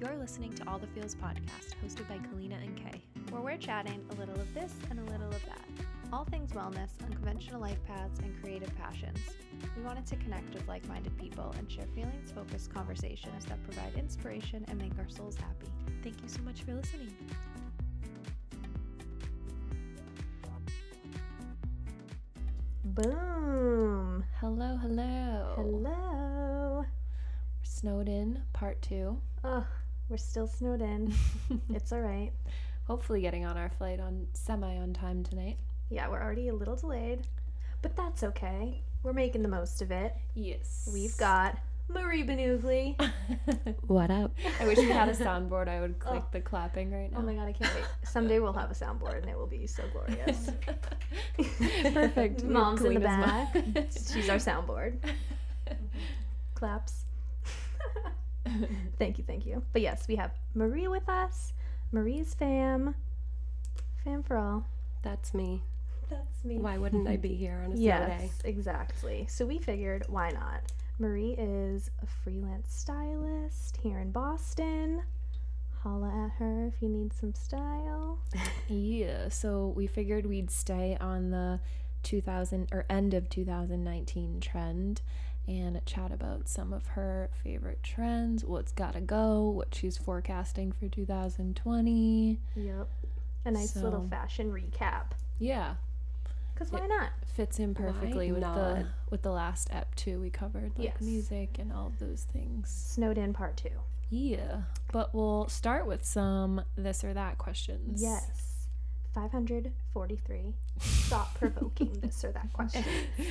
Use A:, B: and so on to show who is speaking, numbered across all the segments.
A: You're listening to All the Feels podcast, hosted by Kalina and Kay.
B: where we're chatting a little of this and a little of that. All things wellness, unconventional life paths, and creative passions. We wanted to connect with like minded people and share feelings focused conversations that provide inspiration and make our souls happy.
A: Thank you so much for listening.
B: Boom!
A: Hello,
B: Oh.
A: hello.
B: Hello!
A: Snowden, part two.
B: Oh, we're still snowed in. it's all right.
A: Hopefully, getting on our flight on semi on time tonight.
B: Yeah, we're already a little delayed, but that's okay. We're making the most of it.
A: Yes.
B: We've got Marie Benugli.
A: what up? I wish we had a soundboard. I would click the clapping right now.
B: Oh my god, I can't wait. Someday we'll have a soundboard and it will be so glorious.
A: Perfect.
B: Mom's in the
A: Kalina's mom.
B: back. She's our soundboard. Claps. thank you, thank you. But yes, we have Marie with us. Marie's fam. Fam for all.
C: That's me.
B: That's me.
C: Why wouldn't I be here on a Saturday?
B: Yes, exactly. So we figured, why not? Marie is a freelance stylist here in Boston. Holla at her if you need some style.
A: Yeah, so we figured we'd stay on the 2000 or end of 2019 trend and chat about some of her favorite trends, what's gotta go, what she's forecasting for 2020.
B: Yep. A nice little
A: So-
B: fashion recap.
A: Yeah,
B: Because why not?
A: fits in perfectly with the
C: not?
A: with the last ep too. We covered like
B: Yes.
A: music and all of those things.
B: Snowed in part two.
A: Yeah, but we'll start with some this or that questions.
B: Yes. 543 thought provoking this or that question.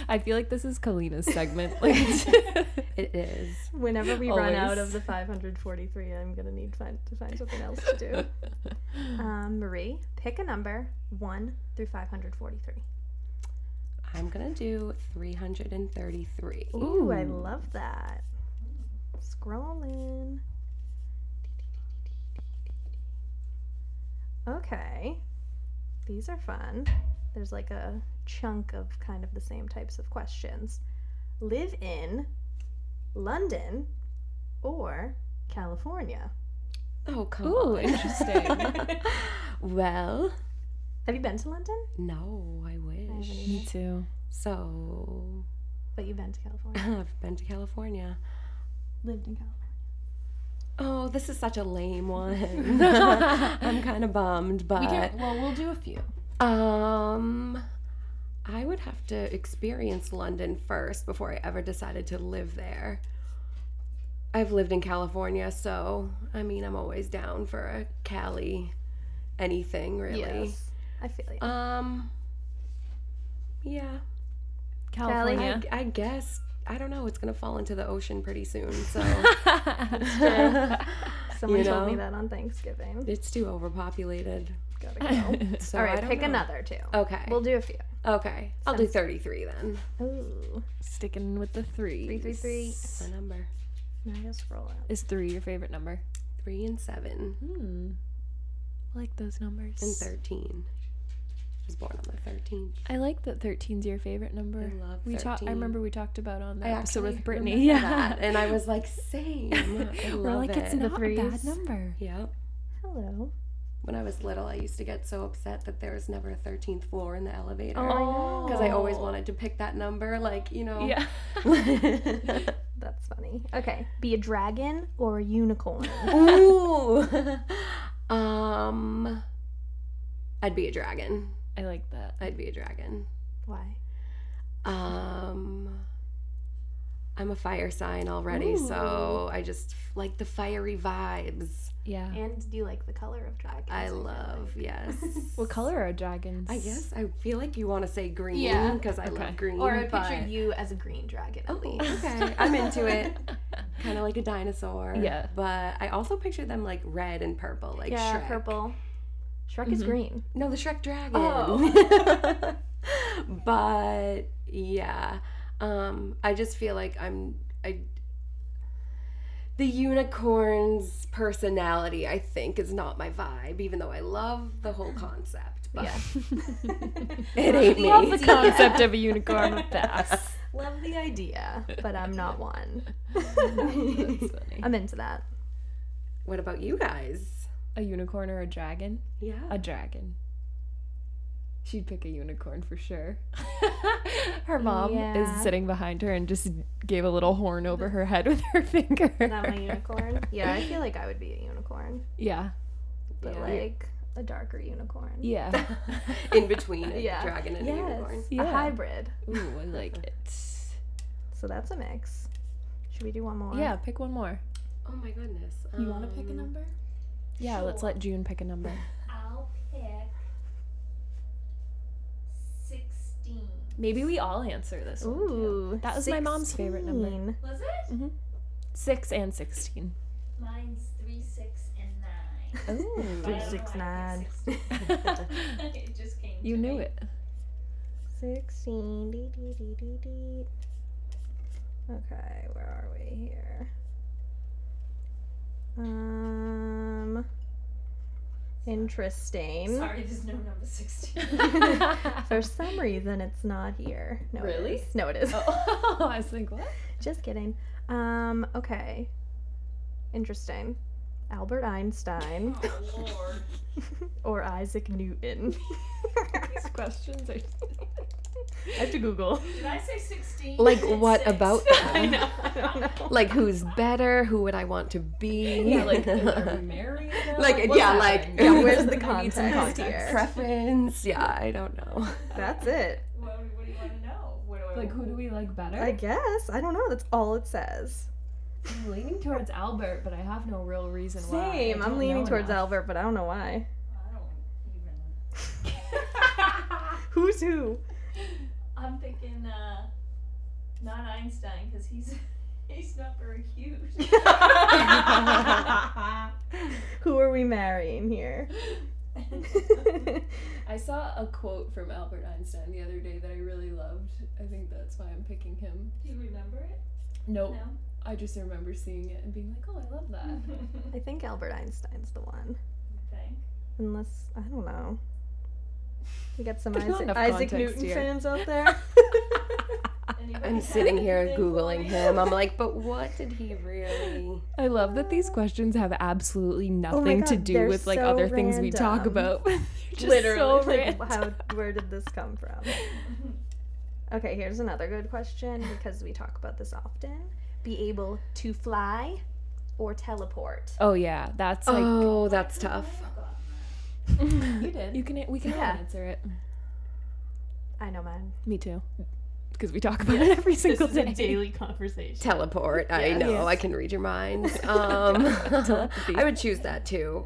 A: I feel like this is Kalina's segment. Like,
C: It is.
B: Whenever we run
A: Always.
B: out of the 543, I'm going to need find, to find something else to do. Um, Marie, pick a number 1 through 543.
C: I'm gonna do 333.
B: Ooh, I love that. Scrolling. Okay. These are fun. There's like a chunk of kind of the same types of questions. Live in London or California?
C: Oh come
A: Ooh,
C: on.
A: interesting.
C: Well,
B: Have you been to London?
C: no, I wish.
A: Me too.
C: So
B: But you've been to California.
C: I've been to California.
B: Lived in California.
C: Oh, this is such a lame one. I'm kind of bummed, but
A: well, we'll do a few.
C: um, I would have to experience London first before I ever decided to live there. I've lived in California, so I mean, I'm always down for a Cali anything, really.
B: Yes. I feel you.
C: Um. Yeah,
A: California.
C: I, I guess I don't know. It's gonna fall into the ocean pretty soon, so
B: Someone
C: you
B: told me
C: know.
B: that on Thanksgiving.
C: it's too overpopulated.
B: Gotta go.
C: So
B: All
C: I
B: right,
C: don't
B: pick
C: know.
B: another two.
C: Okay.
B: We'll do a few.
C: okay. I'll do thirty-three then.
B: Ooh.
A: Sticking with the three.
B: Three, three, three.
C: That's my number.
B: Now I gotta scroll up.
A: Is three your favorite number?
C: Three and seven
A: Hmm. I like those numbers.
C: and thirteen. I was born on the thirteenth.
A: I like that 13's your favorite number.
C: I love
A: We talked. I
C: 13.
A: remember we talked about on the
C: I
A: episode
C: actually
A: with Brittany.
C: remember that, and I was like, same. I love
A: We're like,
C: it.
A: it's not a bad
B: threes.
A: number.
C: Yep.
B: Hello.
C: When I was little, I used to get so upset that there was never a thirteenth floor in the elevator.
B: Oh, know.
C: because I always wanted to pick that number, like you know.
A: Yeah.
B: That's funny. Okay. Be a dragon or a unicorn.
C: Ooh. um, I'd be a dragon.
A: I like that.
C: I'd be a dragon.
B: Why?
C: Um, I'm a fire sign already, so I just like the fiery vibes.
A: Yeah.
B: And do you like the color of dragons?
C: I love. Yes.
A: What color are dragons?
C: I guess I feel like you want to say green
B: Yeah.
C: because I
A: Okay.
C: love green.
B: Or I picture
C: but-
B: you Oh. as a green dragon at least.
C: Okay, I'm into it. kind of like a dinosaur.
A: Yeah.
C: But I also picture them like red and purple, like
B: yeah,
C: Shrek.
B: purple. Shrek is green.
C: No, the Shrek dragon.
B: Oh.
C: but yeah, um, I just feel like I'm I. The unicorn's personality, I think, is not my vibe, even though I love the whole concept. But
B: Yeah.
C: it ain't me.
A: Love the concept of a unicorn with pass.
B: Love the idea, but I'm not one.
A: That's funny.
B: I'm into that.
C: What about you guys?
A: A unicorn or a dragon?
C: Yeah.
A: A dragon. She'd pick a unicorn for sure. her mom
B: Yeah.
A: is sitting behind her and just gave a little horn over her head with her finger.
B: Not my unicorn. Yeah, I feel like I would be a unicorn,
A: yeah.
B: but
C: Yeah.
B: like a darker unicorn.
A: Yeah.
C: In between a
B: Yeah.
C: dragon and
B: yes,
C: a unicorn.
B: a
A: Yeah.
B: hybrid.
A: Ooh, I like it.
B: So that's a mix. Should we do one more?
A: Yeah, pick one more.
C: Oh my goodness.
D: You want to pick a
C: Um,
D: number?
A: Yeah, let's
D: Sure.
A: let June pick a number.
D: I'll pick 16.
A: Maybe we all answer this one. Too.
B: Ooh,
A: That was my mom's favorite number.
B: 16.
D: Was it?
A: Six and sixteen.
D: Mine's 3, 6, and 9.
A: Ooh.
D: But I don't know
B: Three, six,
D: why I picked 16. it just came
A: you
D: to
A: knew
D: me.
A: it.
B: Sixteen. Dee, dee, dee, dee, dee. Okay, where are we here? Um, interesting.
D: Sorry, there's no number 16.
B: For some reason, it's not here. No, it
A: Really?
B: is. No, it is.
A: Oh, I was like, what?
B: Just kidding. Um, okay. Interesting. Albert Einstein
D: oh, Lord.
B: or Isaac Newton.
A: Questions are.
B: I have to Google.
D: Did I say 16?
C: Like, what about them?
B: I know. I don't know.
C: Like, who's better? Who would I want to be?
A: Yeah, like, are we married? now?
C: Like,
A: what's
C: yeah,
A: happening?
C: like-
B: Yeah, where's the
C: I need some
B: context here?
C: preference. Yeah, I don't know.
B: That's it.
D: What, what do you want to know? What do I
A: Like, who do we like better?
B: I guess. I don't know. That's all it says.
A: I'm leaning towards Albert, but I have no real reason why. I
B: Same. I'm
A: don't
B: leaning
A: know
B: towards
A: enough.
B: Albert, but I don't know why.
D: I don't even.
B: Who's who?
D: I'm thinking uh, not Einstein because he's he's not very cute.
B: Who are we marrying here?
A: I saw a quote from Albert Einstein the other day that I really loved. I think that's why I'm picking him.
D: do you remember it?
A: Nope.
D: No.
A: I just remember seeing it and being like, oh, I love that.
B: I think Albert Einstein's the one.
D: Okay.
B: Unless I don't know. We got some
A: There's not
B: Isaac,
A: enough
B: Isaac
A: context
B: Newton
A: here.
B: fans out there.
D: Anybody
C: I'm
D: have
C: sitting here
D: anything for
C: Googling
D: me?
C: him. I'm like, but what did he really?
A: I love that these questions have absolutely
B: Oh my
A: nothing to
B: God,
A: do
B: they're
A: with like
B: so
A: other things we talk
B: random.
A: about. They're just so
B: Literally, like,
A: random.
B: how, where did this come from? Okay, here's another good question because we talk about this often. Be able to fly or teleport.
A: Oh yeah, that's like
C: oh, that's tough.
A: you did. You can we can all
B: Yeah.
A: answer it.
B: I know, man.
A: Me too, because we talk about it every single day.
D: conversation.
C: Teleport. I know.
A: Yes.
C: I can read your minds. Um,
A: Telepathy.
C: I would choose that too.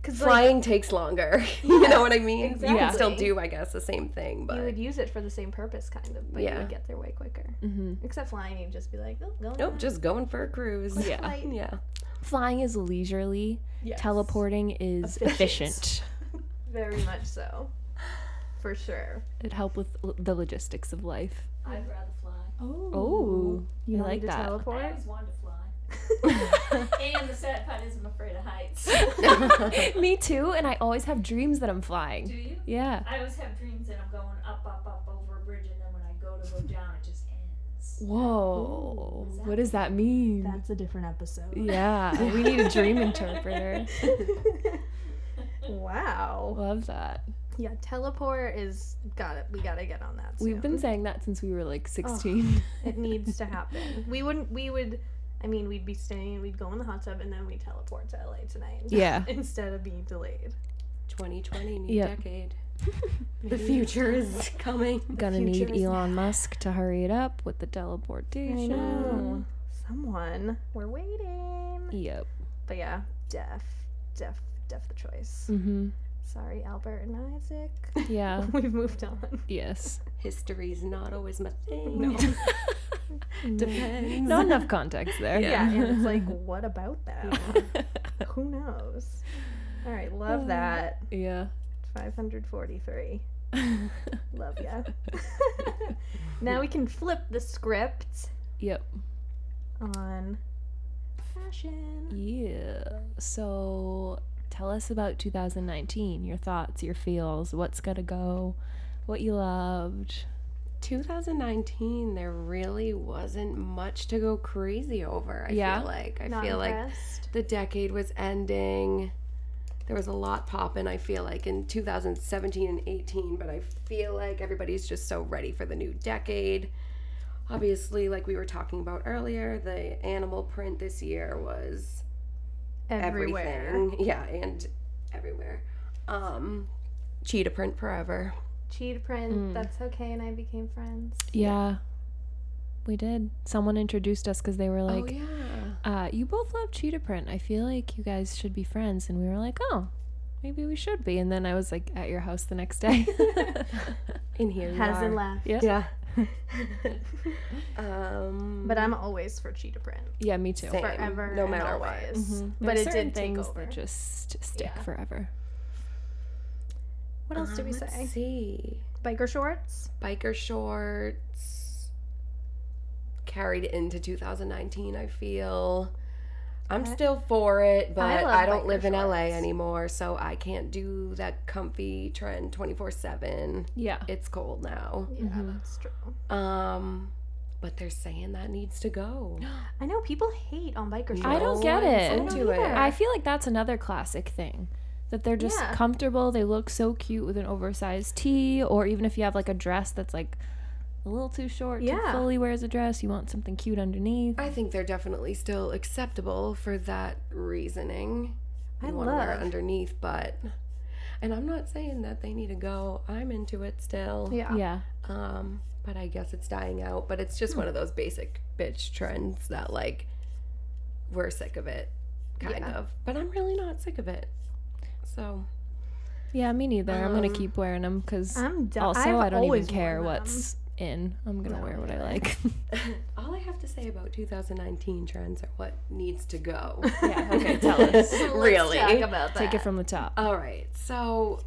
B: Because
C: Flying takes longer. you know what I mean? You can still
B: exactly.
C: do, I guess, the same thing,
B: you
C: but
B: would use it for the same purpose, kind of, but you
C: Yeah.
B: would get there way quicker.
A: hmm
B: Except flying, you'd just be like, oh, going.
C: nope,
B: on."
C: just going for a cruise.
A: Yeah.
B: Flight.
C: Yeah.
A: Flying is leisurely.
B: Yes.
A: Teleporting is efficient.
B: Very much so, for sure.
A: It help with l- the logistics of life.
D: I'd rather fly.
A: Oh, you
B: don't
A: like
B: need to
A: that?
D: I
B: Teleport.
D: always wanted to fly. and the sad part is I'm afraid of heights.
A: Me too, and I always have dreams that I'm
D: do
A: flying.
D: you?
A: Yeah.
D: I always have dreams that I'm going up, up, up over a bridge, and then when I go to go down, it just ends.
A: Whoa.
D: Ooh,
A: what does that mean?
B: That's a different episode.
A: yeah, we need a dream interpreter.
B: wow.
A: Love that.
B: Yeah, teleport is got it. We gotta get on that. Soon.
A: We've been saying that since we were like 16.
B: It needs to happen. We wouldn't. We would. I mean, we'd be staying. We'd go in the hot tub, and then we teleport to LA tonight.
A: yeah.
B: Instead of being delayed.
C: 2020, new
A: Yeah.
C: decade. The future is coming.
A: Gonna need
B: future is
A: Elon Musk to hurry it up with the teleportation.
B: know. Someone. We're waiting.
A: Yep.
B: But yeah, deaf, deaf, deaf. The choice.
A: Mm-hmm.
B: Sorry, Albert and Isaac.
A: Yeah.
B: We've moved on.
A: yes.
C: History's not always my thing. No. Depends.
A: Not enough context there.
B: Yeah, and it's like, what about that? Who knows? All right, love that.
A: yeah.
B: 543. Love ya. now we can flip the script
A: Yep.
B: on fashion.
A: Yeah. So tell us about 2019, your thoughts, your feels, what's got to go, what you loved,
C: 2019, there really wasn't much to go crazy over. I
A: Yeah.
C: feel like I
B: Not
C: feel like
B: impressed.
C: the decade was ending. There was a lot popping. I feel like in 2017 and 18, but I feel like everybody's just so ready for the new decade. Obviously, like we were talking about earlier, the animal print this year was
B: everywhere.
C: everything. Yeah, and everywhere. Um, cheetah print forever.
B: Cheat print. That's okay. And I became friends.
A: Yeah. We did. Someone introduced us because they were like,
C: oh yeah,
A: uh, you both love cheetah print. I feel like you guys should be friends. And we were like, oh, maybe we should be. And then I was like at your house the next day.
C: in here. you are.
B: Hasn't left.
A: yeah.
C: Yeah. um,
B: But I'm always for cheetah print.
A: Yeah, me too.
C: Same.
B: Forever.
C: no
B: and
C: matter what. Mm-hmm.
B: always.
A: Mhm.
B: But
A: There's
B: it
A: certain
B: did take
A: things
B: over.
A: that just stick
B: Yeah.
A: forever.
B: What else did we
C: Um, let's
B: say?
C: See,
B: Biker shorts.
C: biker shorts carried into 2019. I feel. I'm still for it, but
B: love
C: I, don't
B: biker
C: live in LA
B: shorts.
C: anymore, so I can't do that comfy trend 24 7.
A: Yeah.
C: It's cold now.
B: Yeah, that's true.
C: Um, but they're saying that needs to go.
B: I know people hate on biker shorts.
A: I don't
C: No
A: get it.
C: one's Into
B: I don't
C: it.
B: either.
A: I feel like that's another classic thing. That they're just
B: Yeah.
A: comfortable. They look so cute with an oversized tee, or even if you have like a dress that's like a little too short
B: Yeah.
A: to fully wear as a dress, you want something cute underneath.
C: I think they're definitely still acceptable for that reasoning.
B: I
C: wanna wear it
B: love-
C: underneath, but and I'm not saying that they need to go. I'm into it still.
B: Yeah.
A: Yeah.
C: Um, but I guess it's dying out. But it's just one of those basic bitch trends that like we're sick of it, kind
B: Yeah.
C: of. But I'm really not sick of it. So
A: Yeah, me neither. I'm gonna
C: Um,
A: keep wearing them because
B: I'm done.
A: also
B: I've
A: I do not even
B: always
A: care
B: worn them.
A: what's in. I'm gonna
B: No,
A: wear what I like.
C: all I have to say about 2019 trends are what needs to go.
A: yeah. Okay. Tell us.
C: really.
B: Talk about that.
A: Take it from the top.
B: Um,
C: All right. So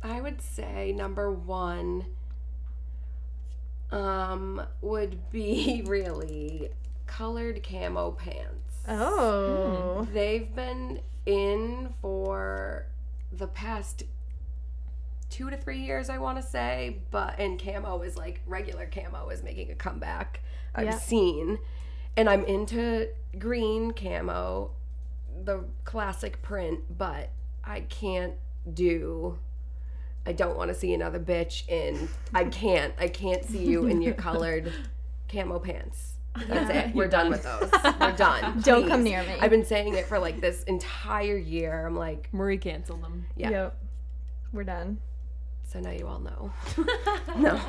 C: I would say number 1 um would be really colored camo pants.
B: Oh.
C: They've been in for the past 2 to 3 years I want to say, but and camo is like regular camo is making a comeback. I've
B: Yeah.
C: seen and I'm into green camo, the classic print, but I can't do. I don't want to see another bitch in. I can't. I can't see you in your colored camo pants. That's it. We're done with those. We're done.
B: Don't come
C: Please.
B: near me.
C: I've been saying it for like this entire year. I'm like,
A: Marie canceled them.
C: yeah.
B: Yep. We're done.
C: so now you all know. no.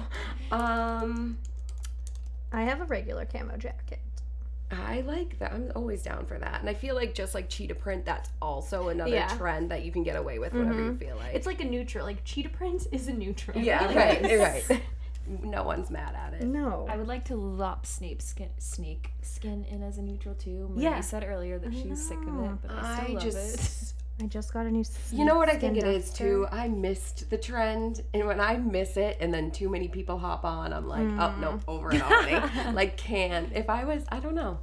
C: Um,
B: I have a regular camo jacket.
C: I like that. I'm always down for that. And I feel like just like cheetah print, that's also another
B: Yeah. Mm-hmm.
C: trend that you can get away with whenever you feel like.
B: It's like a neutral. Like cheetah print is a neutral.
C: yeah, right, right. No one's mad at it.
B: No.
A: I would like to lop Snape skin, sneak skin in as a neutral too. Marie
B: Yeah.
A: said earlier that she's sick of it,
B: know.
A: but I still
C: I
A: love it.
C: just,
B: I just got a new.
C: you know what I think it is too? I missed the trend. And when I miss it and then too many people hop on, I'm like, oh, no, over it already. like, can't. If I was, I don't know.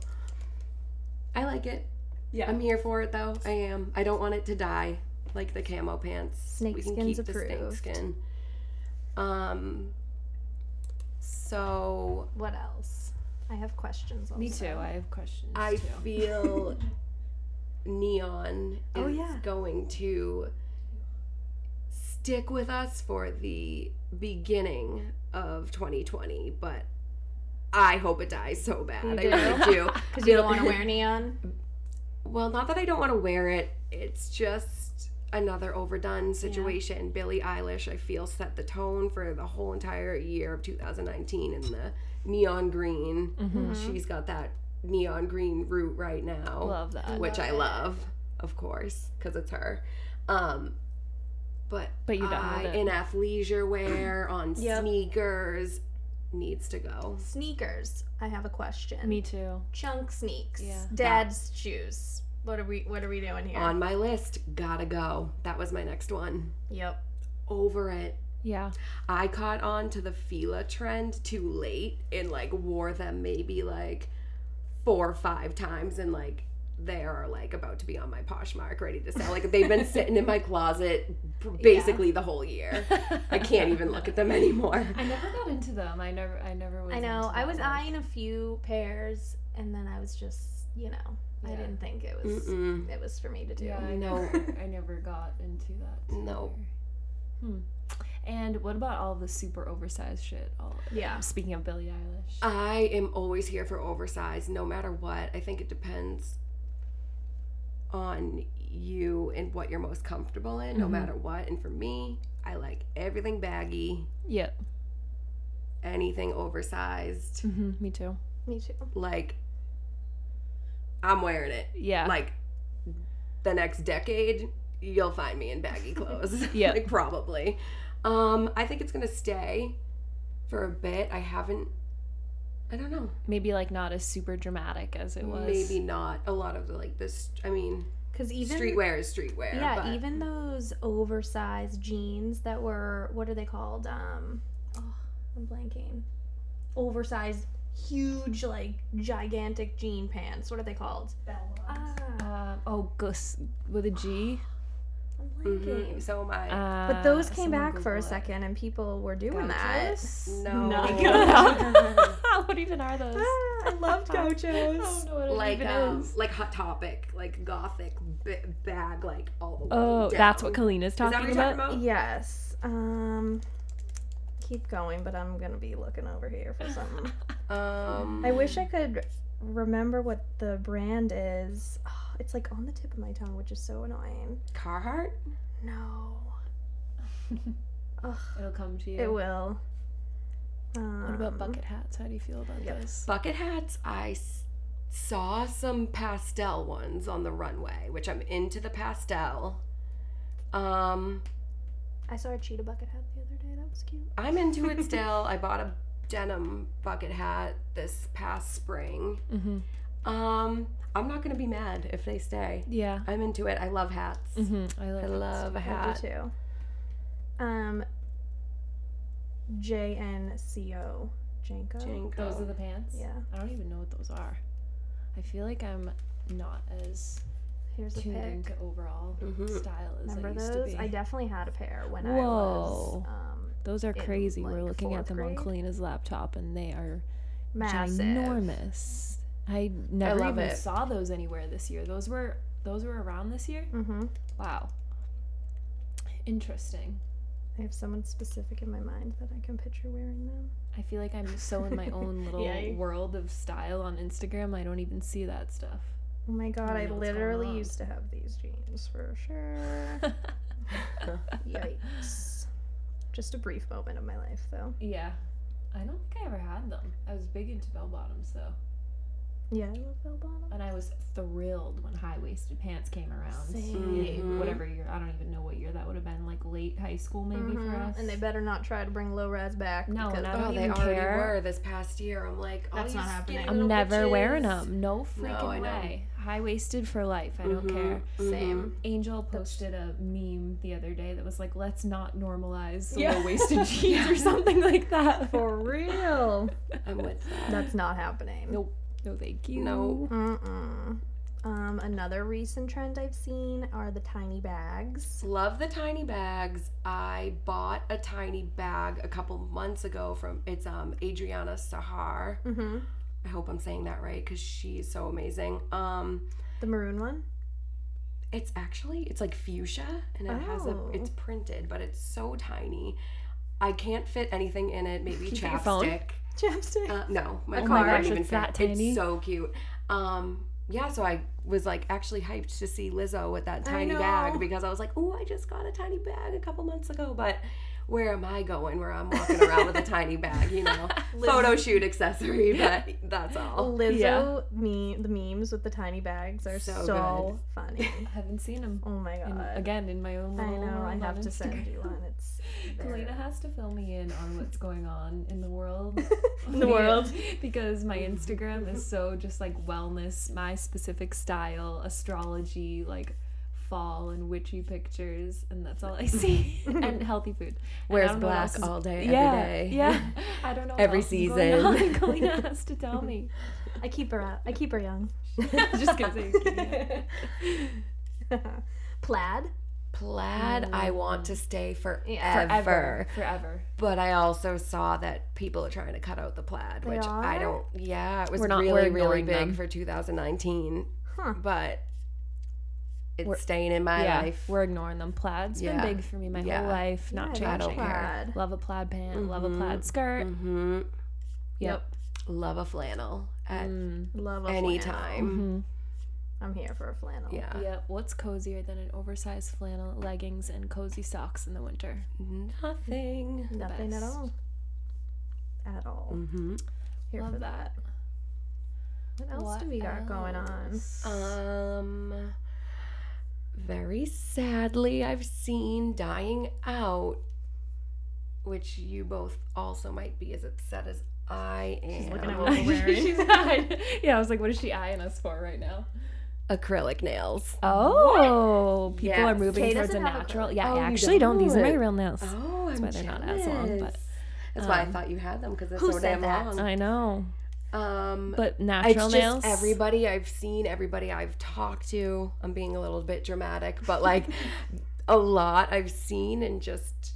C: I like it.
A: Yeah.
C: I'm here for it though. I am. I don't want it to die like the camo pants. we can
B: Snakeskin's
C: keep the snake
B: approved.
C: skin. Um. So
B: What else? I have questions. Also.
A: Me too. I have questions.
C: I
A: too.
C: feel neon is
B: Oh, yeah.
C: going to stick with us for the beginning of 2020, but I hope it dies so bad.
B: You
C: I
B: do?
C: really do.
B: Because you don't want to wear neon.
C: Well, not that I don't want to wear it. It's just another overdone situation. Billie Eilish, I feel, set the tone for the whole entire year of 2019 in the neon green.
B: Mm-hmm.
C: She's got that neon green root right now,
A: love that.
C: which I love, of course, because it's her. Um, but
A: But you don't
C: I,
A: want it.
C: in athleisure wear on
B: Yep.
C: sneakers needs to go.
B: Sneakers. I have a question.
A: Me too.
B: Chunk sneaks.
A: Yeah.
B: Dad's shoes. What are we? What are we doing here?
C: On my list, gotta go. That was my next one.
B: Yep.
C: Over it.
A: Yeah.
C: I caught on to the Fila trend too late and like wore them maybe like four or five times and like they are like about to be on my Poshmark ready to sell. Like they've been sitting in my closet pr- basically the whole year. I can't even look at them anymore.
A: I never got into them. I never. I never was.
B: I know.
A: into
B: I
A: that
B: was
A: one.
B: eyeing a few pairs, and then I was just, you know, I
A: Yeah.
B: didn't think it was
C: Mm-mm.
B: it was for me to do.
A: Yeah, I
C: No.
A: know. I never got into that.
C: No.
A: Hmm. And what about all the super oversized shit? All
B: Yeah.
A: Speaking of Billie Eilish.
B: Uh,
C: I am always here for oversized, no matter what. I think it depends on you and what you're most comfortable in, no
A: Mhm.
C: matter what. And for me, I like everything baggy,
A: yep.
C: anything oversized.
A: hmm me too.
B: Me too.
C: Like, I'm wearing it.
A: Yeah.
C: Like, the next decade, you'll find me in baggy clothes.
A: Yeah.
C: like, probably. Um, I think it's gonna stay for a bit. I haven't. I don't know.
A: Maybe like not as super dramatic as it was.
C: Maybe not a lot of the like this. I mean,
B: Because even
C: streetwear is streetwear.
B: yeah,
C: but
B: even those oversized jeans that were what are they called? Um, oh, I'm blanking. Oversized, huge, like gigantic jean pants. What are they called? Ah,
A: Uh, oh, Gus with a G.
B: I'm
C: Mhm,
B: blanking.
C: so am I.
A: Uh,
B: But those came
A: someone
B: back for
A: Google
B: a
A: it.
B: second, and people were doing that.
A: Gauchos?
C: no.
A: what even are those?
B: Ah, I loved
A: I
B: gauchos.
A: don't know what it
C: like
A: even
C: um,
A: is.
C: like hot topic, like gothic b- bag, like all the way
A: Oh, that's what
C: down.
A: Kalina's
C: Is that what
A: talking
C: you're
A: about.
C: talking about?
B: yes. Um, keep going, but I'm gonna be looking over here for something.
C: Um,
B: I wish I could remember what the brand is. Oh, it's like on the tip of my tongue, which is so annoying.
C: Carhartt.
B: No. Ugh,
A: It'll come to you.
B: it will.
A: What about
B: Um,
A: bucket hats? How do you feel about
B: yep.
A: those?
C: Bucket hats. I s- saw some pastel ones on the runway, which I'm into the pastel. Um,
B: I saw a cheetah bucket hat the other day. That was cute.
C: I'm into it still. I bought a denim bucket hat this past spring.
A: Mm-hmm.
C: Um, I'm not gonna be mad if they stay.
A: Yeah.
C: I'm into it. I love hats.
A: Mm-hmm. I love.
C: I
A: hats.
C: love a
B: I
C: hat.
B: do too. Um, J N C O. Janko.
C: Janko.
A: Those are the pants.
B: Yeah.
A: I don't even know what those are. I feel like I'm not as
B: Here's a
A: tuned
B: pic.
A: into
B: Mm-hmm.
A: overall
C: Mhm.
A: style as I
B: Remember
A: used
B: those?
A: to be.
B: I definitely had a pair when I was
A: Whoa.
B: um,
A: those are
B: in,
A: crazy. We're
B: like,
A: looking at
B: fourth
A: them on Kalina's laptop, and they are
B: massive.
A: ginormous. I never
C: love
A: even
C: it.
A: saw those anywhere this year. Those were those were around this year.
B: Mm-hmm.
A: Wow. Interesting.
B: I have someone specific in my mind that I can picture wearing them.
A: I feel like I'm so in my own little
B: Yeah, you-
A: world of style on Instagram. I don't even see that stuff.
B: Oh my god,
A: I
B: I,
A: know what's going
B: literally
A: on.
B: used to have these jeans for sure. Yikes. Just a brief moment of my life though.
A: yeah. I don't think I ever had them. I was big into bell bottoms though.
B: Yeah, I love bell bottoms.
A: And I was thrilled when high waisted pants came around.
B: Same.
A: Yeah,
C: Mhm.
A: Whatever year, I don't even know what year that would have been, like late high school maybe for
B: Mhm,
A: us.
B: And they better not try to bring low rise back.
A: No,
B: because
A: and I
C: Oh,
A: don't
C: they
A: even
C: already
A: care.
C: were this past year. I'm like, all
B: That's
C: you
B: not
C: skinny
B: happening.
A: I'm
C: little
A: never wearing
C: bitches.
A: them. No
C: I
A: freaking
C: know.
A: way. High waisted for life. I don't
C: Mhm,
A: care.
B: Same.
A: Angel posted a meme the other day that was like, let's not normalize low waisted jeans or something like that.
B: For real.
C: mhm. I'm with that.
B: That's not happening.
A: Nope. No, thank you.
C: No.
B: Mm-mm. Um, another recent trend I've seen are the tiny bags.
C: Love the tiny bags. I bought a tiny bag a couple months ago from it's um Adriana Sahar.
B: Mm-hmm.
C: I hope I'm saying that right because she's so amazing. Um,
B: The maroon one.
C: it's actually it's like fuchsia and it has a
B: Oh.
C: it's printed, but it's so tiny. I can't fit anything in it. Maybe
A: fit your phone?
C: chapstick.
B: Chapstick.
C: Uh, no, my
A: Oh
C: car
A: my
C: won't
A: gosh,
C: even
A: it's
C: fit.
A: that tiny?
C: It's so cute. Um, yeah, so I was like actually hyped to see Lizzo with that
B: I
C: tiny
B: know.
C: bag because I was like, oh, I just got a tiny bag a couple months ago, but where am I going? Where I'm walking around with a tiny bag, you know, photo shoot accessory, but that's all.
B: Lizzo
A: Yeah.
B: me the memes with the tiny bags are so,
C: So
B: funny.
A: Haven't seen them.
B: Oh my
A: In,
B: god.
A: again, in my own
B: I
A: little
B: know, I
A: world
B: have
A: on
B: to
A: Instagram.
B: send you one. It's
A: Kalina
B: there.
A: has to fill me in on what's going on in the world.
B: the world.
A: because my Instagram is so just like wellness, my specific style, astrology, like fall and witchy pictures, and that's all I see. and healthy food. And I
C: Wears
A: don't know what
C: black
A: else is-
C: all day,
A: yeah,
C: every day.
A: Yeah. I don't know. what
C: Every
A: else is going on.
C: season.
A: Kalina has to tell me.
B: I keep her out. I keep her young.
A: Just kidding.
B: Plaid.
C: Plaid, I want to stay forever.
A: Mm. Forever. Forever.
C: But I also saw that people are trying to cut out the plaid,
B: They
C: which I
B: are?
C: don't. Yeah, it was
A: We're not- we're
C: really, really
A: ignoring
C: big
A: them.
C: for 2019.
B: Huh.
C: But it's
A: We're-
C: staying in my
A: yeah.
C: life.
A: We're ignoring them. Plaid's
C: Yeah.
A: been big for me my
C: Yeah.
A: whole life. Not
B: Yeah, I like
A: changing.
C: care.
B: plaid.
A: Love a plaid pant. Love a plaid skirt.
C: hmm
A: Mm-hmm. Yep.
C: Love a flannel at
A: Mm.
B: Love a
C: any
B: flannel.
C: time.
A: Mhm.
B: I'm here for a flannel.
C: Yeah.
A: Yeah, what's cozier than an oversized flannel leggings and cozy socks in the winter?
C: Nothing.
B: Nothing at
A: best.
B: all. At all.
C: hmm
A: Mm-hmm.
B: Here
A: Love
B: for that.
A: that.
B: What else do we got going on?
C: Um, very sadly, I've seen dying out, which you both also might be as upset as I am.
B: looking at me.
A: She's eyeing- yeah, I was like, what is she eyeing us for right now?
C: acrylic nails.
A: Oh, people are
C: Yes.
A: moving
B: Kay
A: towards a
B: doesn't have a
A: natural.
B: girl.
A: Yeah, I
C: Oh, you
A: actually don't. These are my
C: don't.
A: real nails.
C: Oh, I'm
A: why they're not as long, but,
C: jealous. that's why I
A: um,
C: thought you had them because they're
B: who
C: so
B: said
C: damn
B: that?
C: long.
A: I know,
C: Um,
A: but
C: it's
A: natural
C: just
A: nails.
C: everybody I've seen, everybody I've talked to. I'm being a little bit dramatic, but like a lot I've seen and just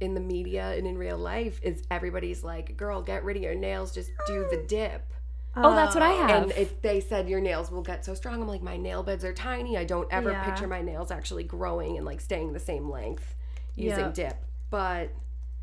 C: in the media and in real life is everybody's like, "Girl, get rid of your nails. Just do the dip."
A: oh, that's
C: um,
A: what I have.
C: And if they said your nails will get so strong, I'm like, my nail beds are tiny. I don't ever
B: Yeah.
C: picture my nails actually growing and like staying the same length using
B: Yep.
C: dip. But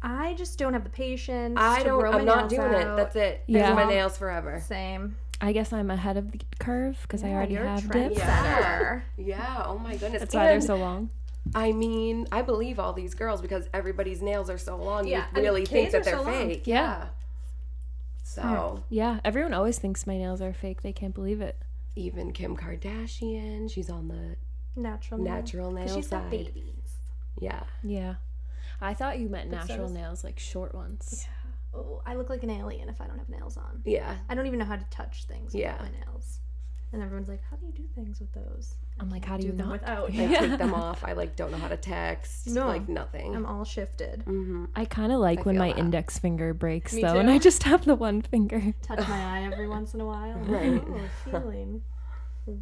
B: I just don't have the patience.
C: I
B: to
C: don't.
B: grow my
C: I'm
B: nails
C: not doing it.
B: out.
C: That's it. Those
A: Yeah.
C: are my nails forever.
B: same.
A: I guess I'm ahead of the curve because I
B: Yeah,
A: already
B: you're a
A: have dips.
C: Yeah.
B: trendsetter.
C: Yeah. Oh my goodness.
A: That's why they're
C: And-
A: so long.
C: I mean, I believe all these girls because everybody's nails are so long.
B: Yeah,
C: You
B: and
C: really think
B: Kay's
C: that
B: are
C: they're
B: so long.
C: fake.
A: Yeah. Hmm.
C: So
A: Yeah, everyone always thinks my nails are fake. They can't believe it.
C: even Kim Kardashian, she's on the
A: Oh,
B: Natural. nail.
C: natural nail
B: 'Cause She's
C: side.
B: got babies.
C: Yeah.
A: Yeah, I thought you meant
B: But so
A: natural
B: does-
A: nails, like short ones.
B: Oh, I look like an alien if I don't have nails on.
C: Yeah.
B: I don't even know how to touch things
C: Yeah.
B: without my nails. And everyone's like, "How do you do things with those?"
A: I'm like, how do you
B: them
A: not?
B: without?
C: I
A: Yeah.
C: take them off. I like don't know how to text.
B: No.
C: Like nothing.
B: I'm all shifted.
C: hmm
A: I kind of like
C: I
A: when
C: feel
A: my
C: that.
A: index finger breaks
B: Me
A: though, and
B: too.
A: I just have the one finger.
B: Touch my eye every once in a while.
C: Right.
B: Oh, feeling.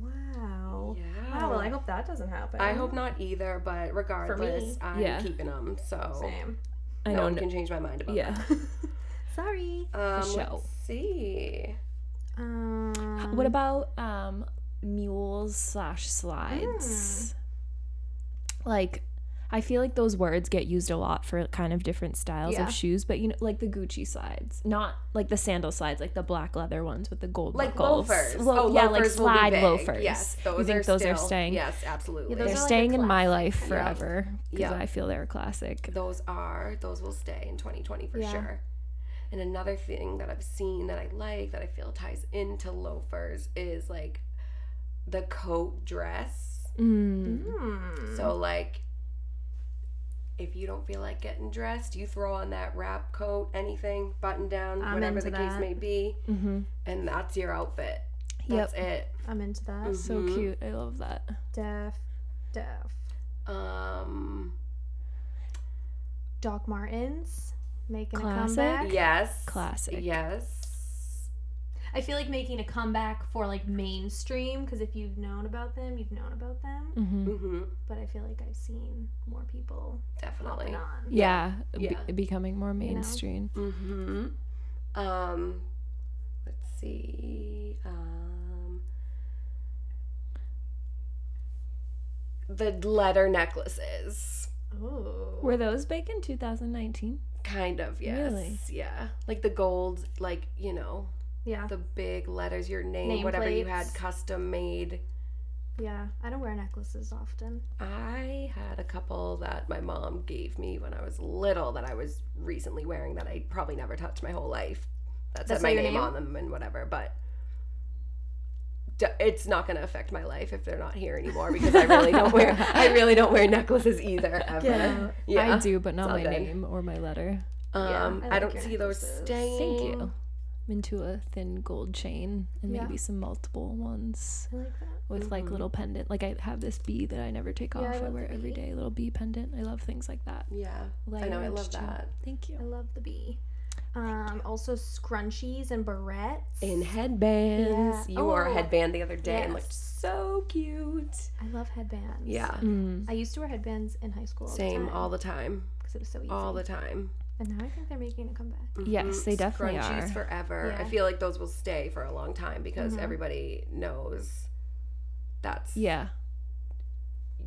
B: Wow.
C: Yeah.
B: Wow. Well, I hope that doesn't happen.
C: I hope not either, but regardless, I'm
A: Yeah.
C: keeping them. So
B: Same.
A: I
C: no
A: know.
C: one
A: no-
C: can change my mind about
A: yeah.
B: Sorry.
C: that. Um,
A: For show.
C: Let's see.
B: Um,
A: what about um mules slash slides?
C: Hmm.
A: Like, I feel like those words get used a lot for kind of different styles
B: Yeah.
A: of shoes, but you know, like the Gucci slides, not like the sandal slides, like the black leather ones with the gold
C: Like
A: buckles.
C: loafers.
A: Lo-
C: oh,
A: yeah, like
C: loafers will be
A: slide
C: big.
A: loafers.
C: Yes, those
A: you think
C: are
A: those are
C: still-
A: staying?
C: Yes, absolutely.
B: those
A: They're
B: are like a
A: staying in my life
C: Yeah.
A: forever because
C: Yeah.
A: I feel they're a classic.
C: Those are those will stay in 2020 for
B: Yeah.
C: sure. And another thing that I've seen that I like that I feel ties into loafers is like the coat dress. Mm-hmm.
A: Mm.
B: Hmm.
C: So like if you don't feel like getting dressed, you throw on that wrap coat, anything, button down,
B: I'm
C: whatever
B: into
C: the case
B: that.
C: may be,
A: Mm-hmm.
C: and that's your outfit.
A: Yep.
C: That's it.
B: I'm into that.
C: Mm.
A: So
C: Mhm.
A: cute. I love that.
B: Def. Def.
C: Um
B: Doc Martens making
A: Classic.
B: a comeback.
C: yes.
A: Classic.
C: Yes.
B: I feel like making a comeback for like mainstream because if you've known about them, you've known about them.
A: Mm-hmm.
C: Mhm.
B: But I feel like I've seen more people
C: Definitely.
B: hopping on.
A: Yeah. be-
C: Yeah.
A: becoming more
B: know?
A: mainstream.
C: Mm-hmm. Um, let's see. Um, the letter necklaces.
B: Ooh.
A: Were those big in 2019?
C: Kind of, yes.
A: Really?
C: Yeah. Like the gold, like, you know,
B: yeah,
C: the big letters, your name,
B: Name
C: whatever you had
B: plates.
C: custom made.
B: yeah. I don't wear necklaces often.
C: I had a couple that my mom gave me when I was little that I was recently wearing that I probably never touched my whole life. That said
B: That's
C: my
B: your
C: name,
B: name?
C: on them and whatever, but d- it's not going to affect my life if they're not here anymore because I really don't wear I really don't wear necklaces either ever. Yeah.
A: I do, but not
C: all
A: my
C: good.
A: name or my letter.
C: Um,
B: Yeah, I
C: I,
B: like
C: don't
B: your
C: see those
B: necklaces.
C: staying.
A: Thank you. into a thin gold chain and
B: Yeah.
A: maybe some multiple ones
B: I like that.
A: with like
C: Mhm.
A: little pendant. Like I have this bee that I never take
B: Yeah, I
A: off. I,
B: love the
A: wear it every
B: bee.
A: day. Little bee pendant. I love things like that.
C: Yeah. I know, I
A: Layered
C: love
A: too.
C: that.
A: Thank you.
B: I love the bee. Um, also scrunchies and barrettes.
C: And headbands.
B: Yeah.
C: You wore a
B: Oh,
C: headband the other day and looked
B: yes.
C: so cute.
B: I love headbands.
C: Yeah.
A: Mm.
B: I used to wear headbands in high school.
C: Same all the time.
B: because it was so easy.
C: All the time.
B: and now I think they're making a comeback.
A: Yes,
C: Mhm.
A: they definitely
C: Scrunchies
A: are. Mm-hmm.
C: forever. I
B: Yeah.
C: feel like those will stay for a long time because
B: Mhm.
C: everybody knows that's
A: Yeah.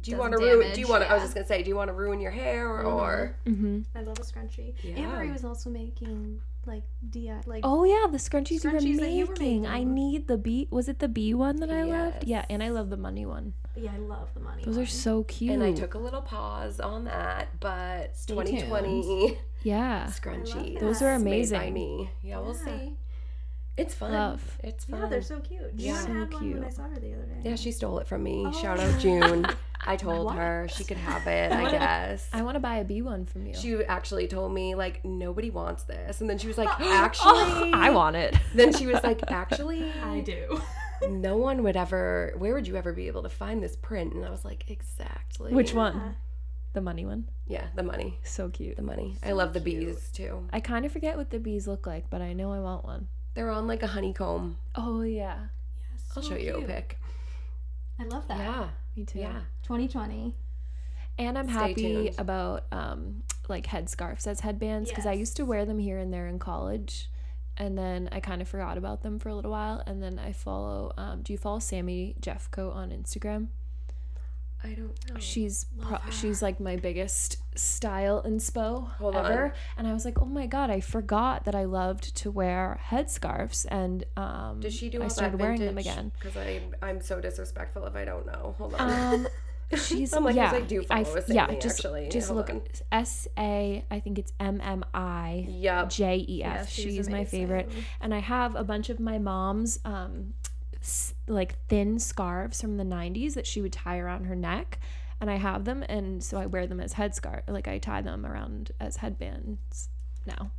C: Do you
E: Doesn't
C: want to ruin?
E: damage,
C: Do you want to? I was
E: yeah.
C: just gonna say, do you want to ruin your hair or?
B: Mhm.
C: or-
A: Mm-hmm.
B: I love a scrunchie.
C: Yeah.
B: Anne Marie was also making like DI like
A: Oh yeah, the scrunchies, you,
B: Scrunchies
A: were
B: that you were
A: making. I
B: making.
A: need the bee. Was it the bee one that I loved? Yeah,
C: Yes.
A: and I love the money one.
B: yeah, I love the money.
A: Those are
B: one.
A: so cute.
C: And I took a little pause on that, but 2020
A: yeah.
C: scrunchies.
B: Those are
A: amazing.
C: Made by me. Yeah, we'll
B: Yeah.
C: see. It's fun.
A: Love.
C: It's fun.
B: yeah, they're so cute. June
C: Yeah.
A: So
B: had one when I
A: cute.
B: saw her the other day.
C: Yeah, she stole it from me. Shout
B: Oh.
C: out June. I told
B: What?
C: her she could have it. I guess.
A: I want to buy a bee one from you.
C: She actually told me like nobody wants this, and then she was like, actually,
A: Oh, I want it.
C: Then she was like, actually,
B: I do.
C: no one would ever. Where would you ever be able to find this print? And I was like, exactly.
A: Which
C: one?
A: one? The money one.
C: Yeah, the money.
A: So cute.
C: The money. I love the bees too.
A: I kind of forget what the bees look like, but I know I want one.
C: They're on like a honeycomb.
A: Oh yeah,
B: Yes,
C: I'll show you a pic.
B: I love that.
C: Yeah,
A: me too.
C: yeah.
B: 2020.
A: And I'm
C: Stay
A: happy
C: tuned.
A: about um, like headscarves as headbands because I
B: Yes.
A: used to wear them here and there in college, and then I kind of forgot about them for a little while. And then I follow. Um, do you follow Sammy Jeffco on Instagram?
C: I don't know.
A: She's pro- she's like my biggest style inspo
C: Hold
A: ever.
C: on.
A: And I was like, oh my god, I forgot that I loved to wear headscarves. And um,
C: Does she do? All
A: I started
C: that
A: wearing them again.
C: Because I I'm so disrespectful if I don't know. Hold on.
A: Um, she's
C: I'm like,
A: yeah,
C: yes, I do follow a Sammy,
A: just
C: actually.
A: just
C: Hold
A: look
C: on.
A: S A. I think it's M M I
C: yep.
A: J E
B: Yeah,
A: F. She's my favorite,
B: amazing.
A: and I have a bunch of my mom's um, s- like thin scarves from the '90s that she would tie around her neck. And I have them, and so I wear them as headscarf. Like I tie them around as headbands now,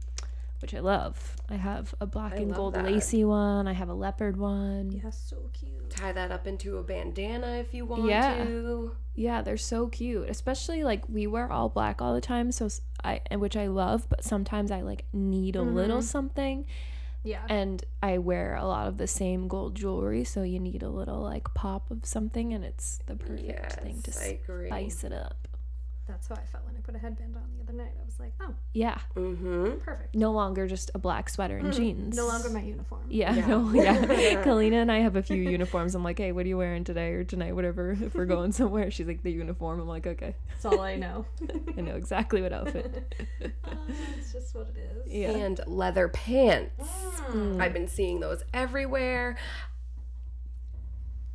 A: which I love. I have a black
C: I
A: and
C: love
A: gold
C: that.
A: lacy one. I have a leopard one.
B: Yeah, so cute.
C: Tie that up into a bandana if you want
A: Yeah.
C: to.
A: Yeah, they're so cute. Especially like we wear all black all the time, so s- I and which I love, but sometimes I like need a
C: Mm-hmm.
A: little something
B: Yeah.
A: and I wear a lot of the same gold jewelry, so you need a little like pop of something and it's the perfect
C: Yes,
A: thing to
C: I agree.
A: spice it up.
B: That's how I felt when I put a headband on the other night. I was like, oh,
A: Yeah,
C: Mm-hmm.
B: perfect.
A: no longer just a black sweater
C: Mm,
A: and jeans.
B: No longer my uniform.
A: yeah,
C: Yeah.
A: no, yeah. Kalina and I have a few uniforms. I'm like, hey, what are you wearing today or tonight, whatever? If we're going somewhere, she's like, the uniform. I'm like, okay,
B: That's all I know.
A: I know exactly what outfit.
B: it's just what it is.
A: Yeah. Hmm.
C: And leather pants. I've been seeing those everywhere.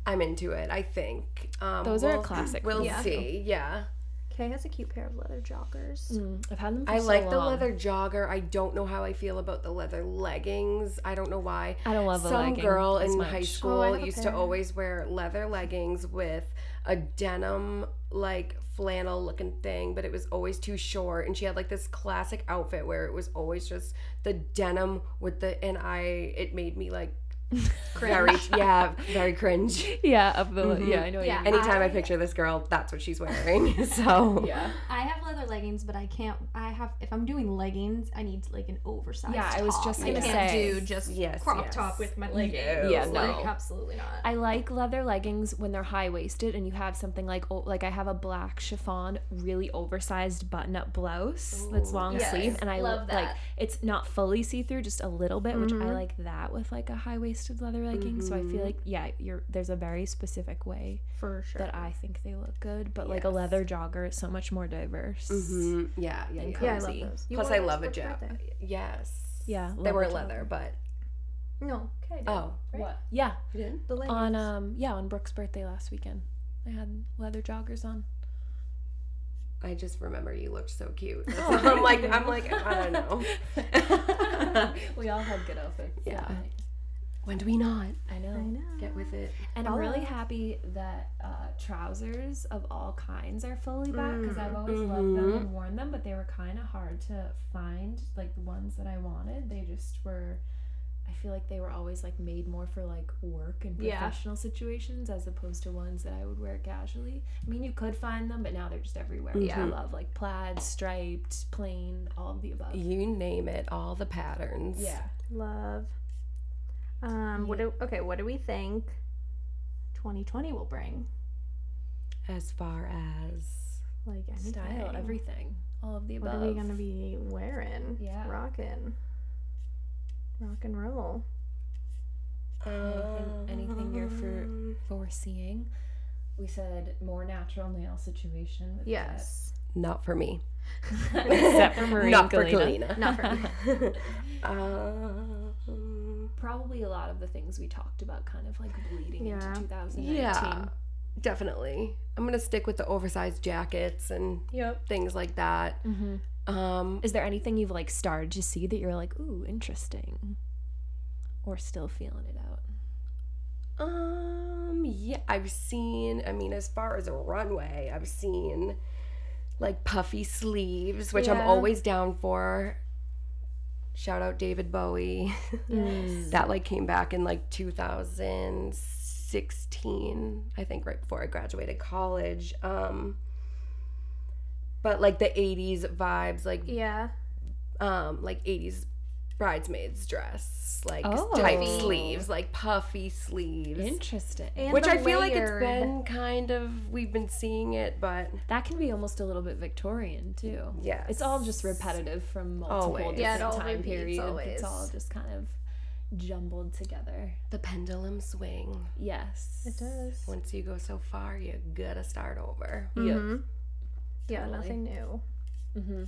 C: I'm into it. I think um,
A: Those are a classic
C: We'll
A: for
C: see. Yeah,
B: Kay has a cute pair of leather joggers.
A: Mm, I've had them. For
C: I
A: so
C: like the
A: long.
C: leather jogger. I don't know how I feel about the leather leggings. I don't know why.
A: I don't love a
C: Some
A: legging
C: girl
A: as
C: in
A: much.
C: high
B: Oh,
C: school
B: I have a
C: used to
B: pair.
C: always wear leather leggings with a denim like flannel looking thing, but it was always too short. And she had like this classic outfit where it was always just the denim with the and I. It made me like very yeah very cringe.
A: Yeah, of the yeah,
C: Mm-hmm.
A: I know. what you
B: Yeah.
A: mean.
C: Anytime I,
B: I-
C: picture this girl, that's what she's wearing. so yeah,
B: I have leather leggings, but I can't. I have if I'm doing leggings, I need like an oversized.
A: Yeah, I was
B: top.
A: just
B: I
A: gonna
B: can't
A: say.
B: do just
C: Yes,
B: crop
C: yes.
B: top with my leggings.
A: Yeah, no.
B: like, absolutely not.
A: I like leather leggings when they're high waisted and you have something like oh, like I have a black chiffon really oversized button up blouse that's
C: Ooh,
A: long
B: yes.
A: sleeve and I
B: Love
A: like
B: that.
A: it's not fully see through just a little bit which I like that with like a high waisted leather legging so I feel like yeah you're there's a very specific way
B: for sure.
A: that I think they look good but like a
C: Yes.
A: leather jogger is so much more diverse
C: Mhm. yeah, yeah, yeah.
A: And
B: yeah, I love
A: cozy.
B: those.
C: Plus,
B: wore
C: I
B: those
C: love
B: for
C: a jacket.
B: birthday.
C: Yes.
A: Yeah,
C: they
A: love
C: were
A: a
C: leather, but
B: No, Kay did.
C: oh,
B: What?
A: yeah
C: you didn't.
B: The leggings.
A: on um yeah on Brooke's birthday last weekend. I had leather joggers on.
C: I just remember you looked so cute.
A: Oh,
C: So
A: thank
C: I'm like,
A: you.
C: I'm like, I don't know.
A: we all had good outfits.
C: Yeah.
A: that night.
C: when do we not Oh.
A: I
B: I
A: know.
B: know.
C: get with it?
A: And I'm really
B: Follow.
A: happy that uh, trousers of all kinds are fully back because I've always loved
C: Mhm.
A: them and worn them, but they were kind of hard to find. Like the ones that I wanted, they just were. I I feel like they were always like made more for like work and
B: Yeah.
A: professional situations as opposed to ones that I would wear casually. I mean, you could find them, but now they're just everywhere. which I
C: Mhm.
A: love like plaid, striped, plain, all of the above.
C: You name it, all the patterns.
A: Yeah.
B: Love. Um, what
A: Yeah.
B: do okay, what do we think 2020 will bring?
C: As far as
B: Like anything.
A: Style, everything, all of the
B: What
A: above.
B: are we gonna be wearing?
A: Yeah.
B: Rockin'. Rock and roll.
A: Anything, anything you're for
C: Um,
A: foreseeing? We said more natural nail situation. With
B: Yes.
C: not for me.
A: that. except for Marie.
C: not
A: and Galena.
C: for Kalina.
B: Not for me.
C: um,
A: Probably a lot of the things we talked about, kind of like bleeding
B: Yeah.
A: into 2019.
C: yeah, definitely. I'm gonna stick with the oversized jackets and
B: Yep.
C: things like that.
A: Mm-hmm.
C: Um,
A: Is there anything you've like started to see that you're like, ooh, interesting, or still feeling it out?
C: Um, yeah, I've seen, I mean, as far as a runway, I've seen like puffy sleeves, which I'm
B: Yeah.
C: always down for. Shout out David Bowie. that like came back in like 2016, I think right before I graduated college. Um but like the 80s vibes, like
B: Yeah.
C: um like 80s bridesmaids dress, like
A: Oh.
C: tight
A: Puffy.
C: sleeves, like puffy sleeves.
A: Mm. Interesting.
B: And
C: Which
B: the
C: I feel like it's
B: layered-
C: been kind of we've been seeing it, but
A: that can be almost a little bit Victorian too.
C: yeah,
A: It's all just repetitive from multiple
C: Always.
A: different
C: Yeah,
B: it all
A: time
B: repeats,
A: periods.
B: always.
A: It's all just kind of jumbled together.
C: The pendulum swing.
A: Yes.
B: It does.
C: Once you go so far, you gotta start over.
B: Mhm. Yeah,
A: Totally.
B: nothing new. Oh
A: Mm-hmm.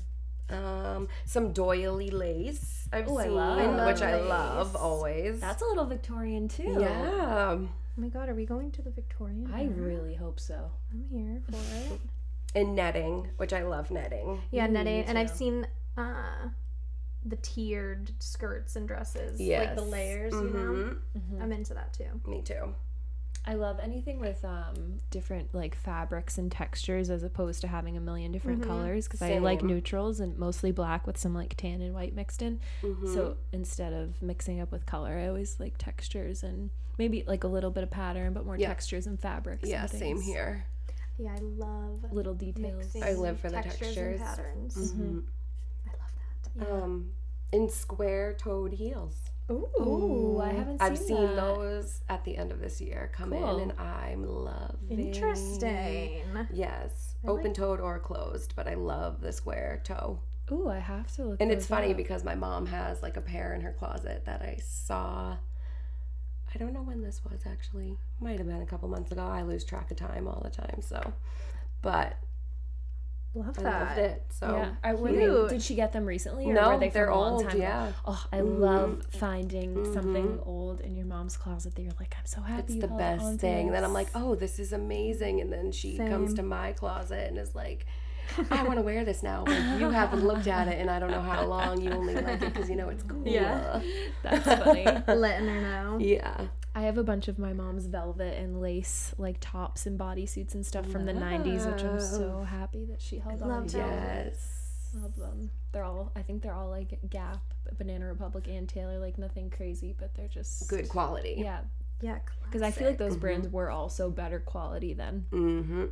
C: Um, some doily lace I've
A: Ooh, I
C: seen,
A: love
C: which I
B: lace.
C: love always.
A: That's a little Victorian too.
C: yeah.
B: Oh my god, are we going to the Victorian?
A: I
B: era?
A: really hope so.
B: I'm here for it.
C: And netting, which I love netting.
B: yeah,
A: Ooh,
B: netting,
A: me
B: and I've
A: too.
B: seen uh the tiered skirts and dresses,
C: Yes.
B: like the layers, you know.
C: Mhm.
B: I'm into that too.
C: Me too.
A: Mm-hmm. I love anything with um different like fabrics and textures as opposed to having a million different
B: Mhm.
A: colors because I like
C: Same.
A: neutrals and mostly black with some like tan and white mixed in.
C: Mhm.
A: So instead of mixing up with color, I always like textures and maybe like a little bit of pattern, but more
C: Yeah.
A: textures and fabrics.
C: yeah,
A: and
C: same
A: things.
C: here.
B: Yeah, I love
A: Little details.
B: mixing.
C: I live for the textures.
B: and patterns.
A: Mm-hmm.
C: Mhm.
B: I love that.
C: Um, and square toed heels.
B: Ooh,
A: Ooh, I haven't seen
C: I've seen
A: that.
C: those at the end of this year come
A: Cool.
C: in, and I'm loving.
B: interesting.
C: Yes,
B: I like-
C: open toed or closed, but I love the square toe.
A: Ooh, I have to look.
C: And it's
A: those
C: funny
A: up.
C: because my mom has like a pair in her closet that I saw. I don't know when this was actually. Might have been a couple months ago. I lose track of time all the time. So, but
B: Love
C: I
B: that.
C: loved it. So
A: yeah, I were they,
B: Cute.
A: did she get them recently? Or
C: um, no,
A: were they
C: are
A: from a long
C: old.
A: Time ago?
C: yeah,
A: Oh, I
C: Mhm.
A: love finding something
C: Mhm.
A: old in your mom's closet that you're like, I'm so happy.
C: it's
A: you
C: the
A: held on
C: best
A: to
C: thing. Then I'm
A: this."
C: like, oh, this is amazing. And then she comes
B: Same.
C: to my closet and is like. I want to wear this now. Like, you haven't looked at it, and I don't know how long. You only like it because you know it's cool.
B: Yeah.
A: that's funny.
B: Letting her know.
C: yeah.
A: I have a bunch of my mom's velvet and lace like tops and bodysuits and stuff from the 90s, which I'm so happy that she held on
B: Love
A: to.
C: Yes.
A: Love them. They're all, I think they're all like Gap, Banana Republic, and Taylor, like nothing crazy, but they're just
C: Good quality.
A: Yeah,
B: Yeah,
A: because I feel like
B: classic.
A: those brands were also better quality then.
C: Mm-hmm.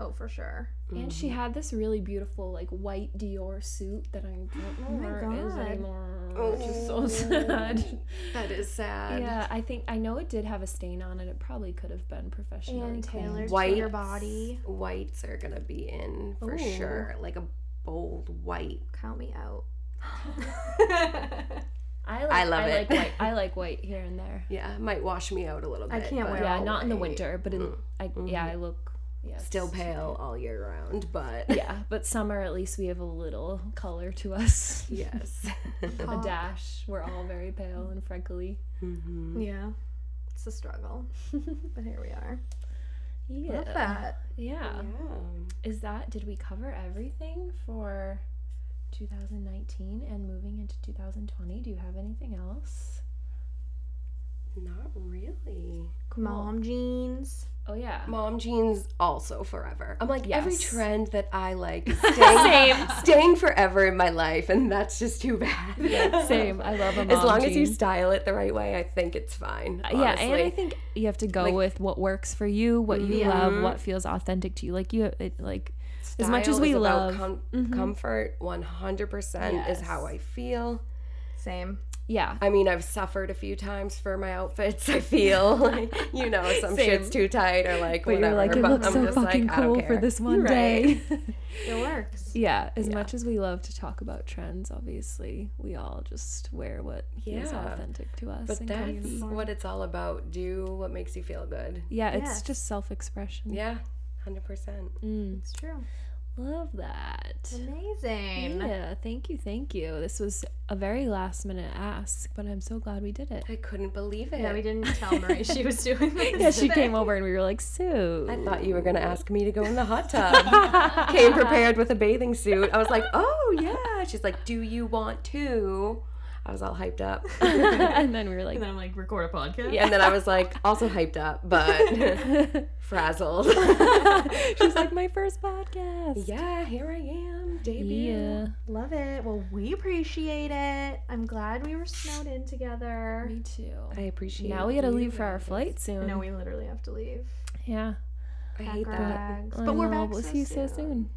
B: oh for sure.
A: And she had this really beautiful, like, white Dior suit that I don't know
B: Oh my
A: where it is
B: God.
A: anymore. Which is so sad.
C: That is sad.
A: Yeah, I think, I know it did have a stain on it. It probably could have been professionally
B: And
A: cleaned.
B: Taylor's
C: White
B: White body.
C: Whites are gonna be in for
B: Ooh.
C: sure. Like a bold white.
B: Count me out.
A: I, like,
C: I love
A: I
C: it.
A: Like white, I like white here and there.
C: Yeah, it might wash me out a little bit.
B: I can't
C: but
B: wear They're
A: Yeah,
B: all
A: not in the
C: white.
A: winter, but it,
C: Mm.
A: I, yeah, I look yeah, it's-
C: Still pale all year round, but
A: Yeah, but summer at least we have a little color to us.
C: yes.
A: A dash. We're all very pale and freckly. Mm-hmm.
C: Mhm.
B: yeah. It's a struggle. but here we are.
A: Yeah.
B: Love that.
A: Yeah.
C: Yeah.
A: Is that did we cover everything for 2019 and moving into 2020? Do you have anything else?
C: Not really.
A: Cool.
B: Mom jeans.
A: Oh yeah.
C: Mom jeans also forever. I'm like every
A: Yes.
C: trend that I like is staying, staying forever in my life, and that's just too bad.
A: Same. I love a mom
C: As long as you
A: jean.
C: style it the right way, I think it's fine.
A: Uh, Yeah, and I
C: honestly.
A: think you have to go
C: Like-
A: with what works for you, what you
C: Yeah.
A: love, what feels authentic to you. Like you, it, like as much
C: Style
A: as we
C: is about
A: love-
C: com-
A: Mhm.
C: comfort, 100% is how
A: Yes.
C: I feel.
B: Same.
A: yeah,
C: I mean, I've suffered a few times for my outfits. I feel like, you know, some
A: Same.
C: shit's too tight or like
A: but you're
C: whatever.
A: like it
C: but
A: looks
C: I'm
A: so
C: just like,
A: fucking
C: I don't
A: cool for
C: care.
A: this one
C: Right.
A: day.
B: It works.
A: yeah, as
C: Yeah.
A: much as we love to talk about trends, obviously we all just wear what feels
C: Yeah.
A: authentic to us.
C: But
A: and come
C: that's
A: uniform.
C: what it's all about. Do what makes you feel good.
A: Yeah, it's
B: Yes.
A: just self-expression.
C: Yeah, 100%.
A: Mm,
B: It's true.
A: love that.
B: Amazing.
A: Yeah, thank you, thank you. This was a very last minute ask, but I'm so glad we did it.
C: I couldn't believe it.
B: Yeah, we didn't tell Marie she was doing this.
A: Yeah, she
B: today.
A: came over and we were like, Sue.
C: I thought you were going to ask me to go in the hot tub. Came prepared with a bathing suit. I was like, oh, yeah. She's like, do you want to? I was all hyped up.
A: and then we were like,
B: And then I'm like, record a podcast.
C: And then I was like, also hyped up, but frazzled.
A: she's like, my first podcast.
C: yeah, here I am, debut.
A: Yeah.
B: Love it. Well, we appreciate it. I'm glad we were snowed in together.
A: Me too.
C: I appreciate.
A: Now we gotta
C: you
A: leave for our
C: guys.
A: flight
B: I
A: soon.
B: know we literally have to leave.
A: yeah.
C: I
B: Pack
C: hate
B: our
C: that.
B: bags.
A: I
B: But we're
A: know,
B: back
A: We'll
B: so
A: see you so
B: soon.
A: soon.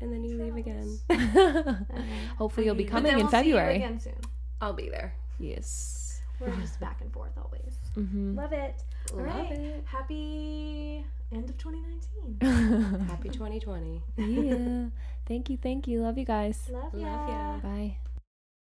C: And then you leave again.
B: I know.
A: Hopefully you'll be
C: But
B: But
A: coming
B: then
A: in
B: we'll see you
A: February.
B: again soon.
C: I'll be there.
A: Yes.
B: We're just back and forth always.
A: Mm-hmm.
B: Love it. All
C: Love
B: right.
C: it.
B: Happy end of 2019.
A: yeah.
C: Happy 2020.
A: Thank you. Thank you. Love you guys.
B: Love ya.
C: Love ya.
A: Bye.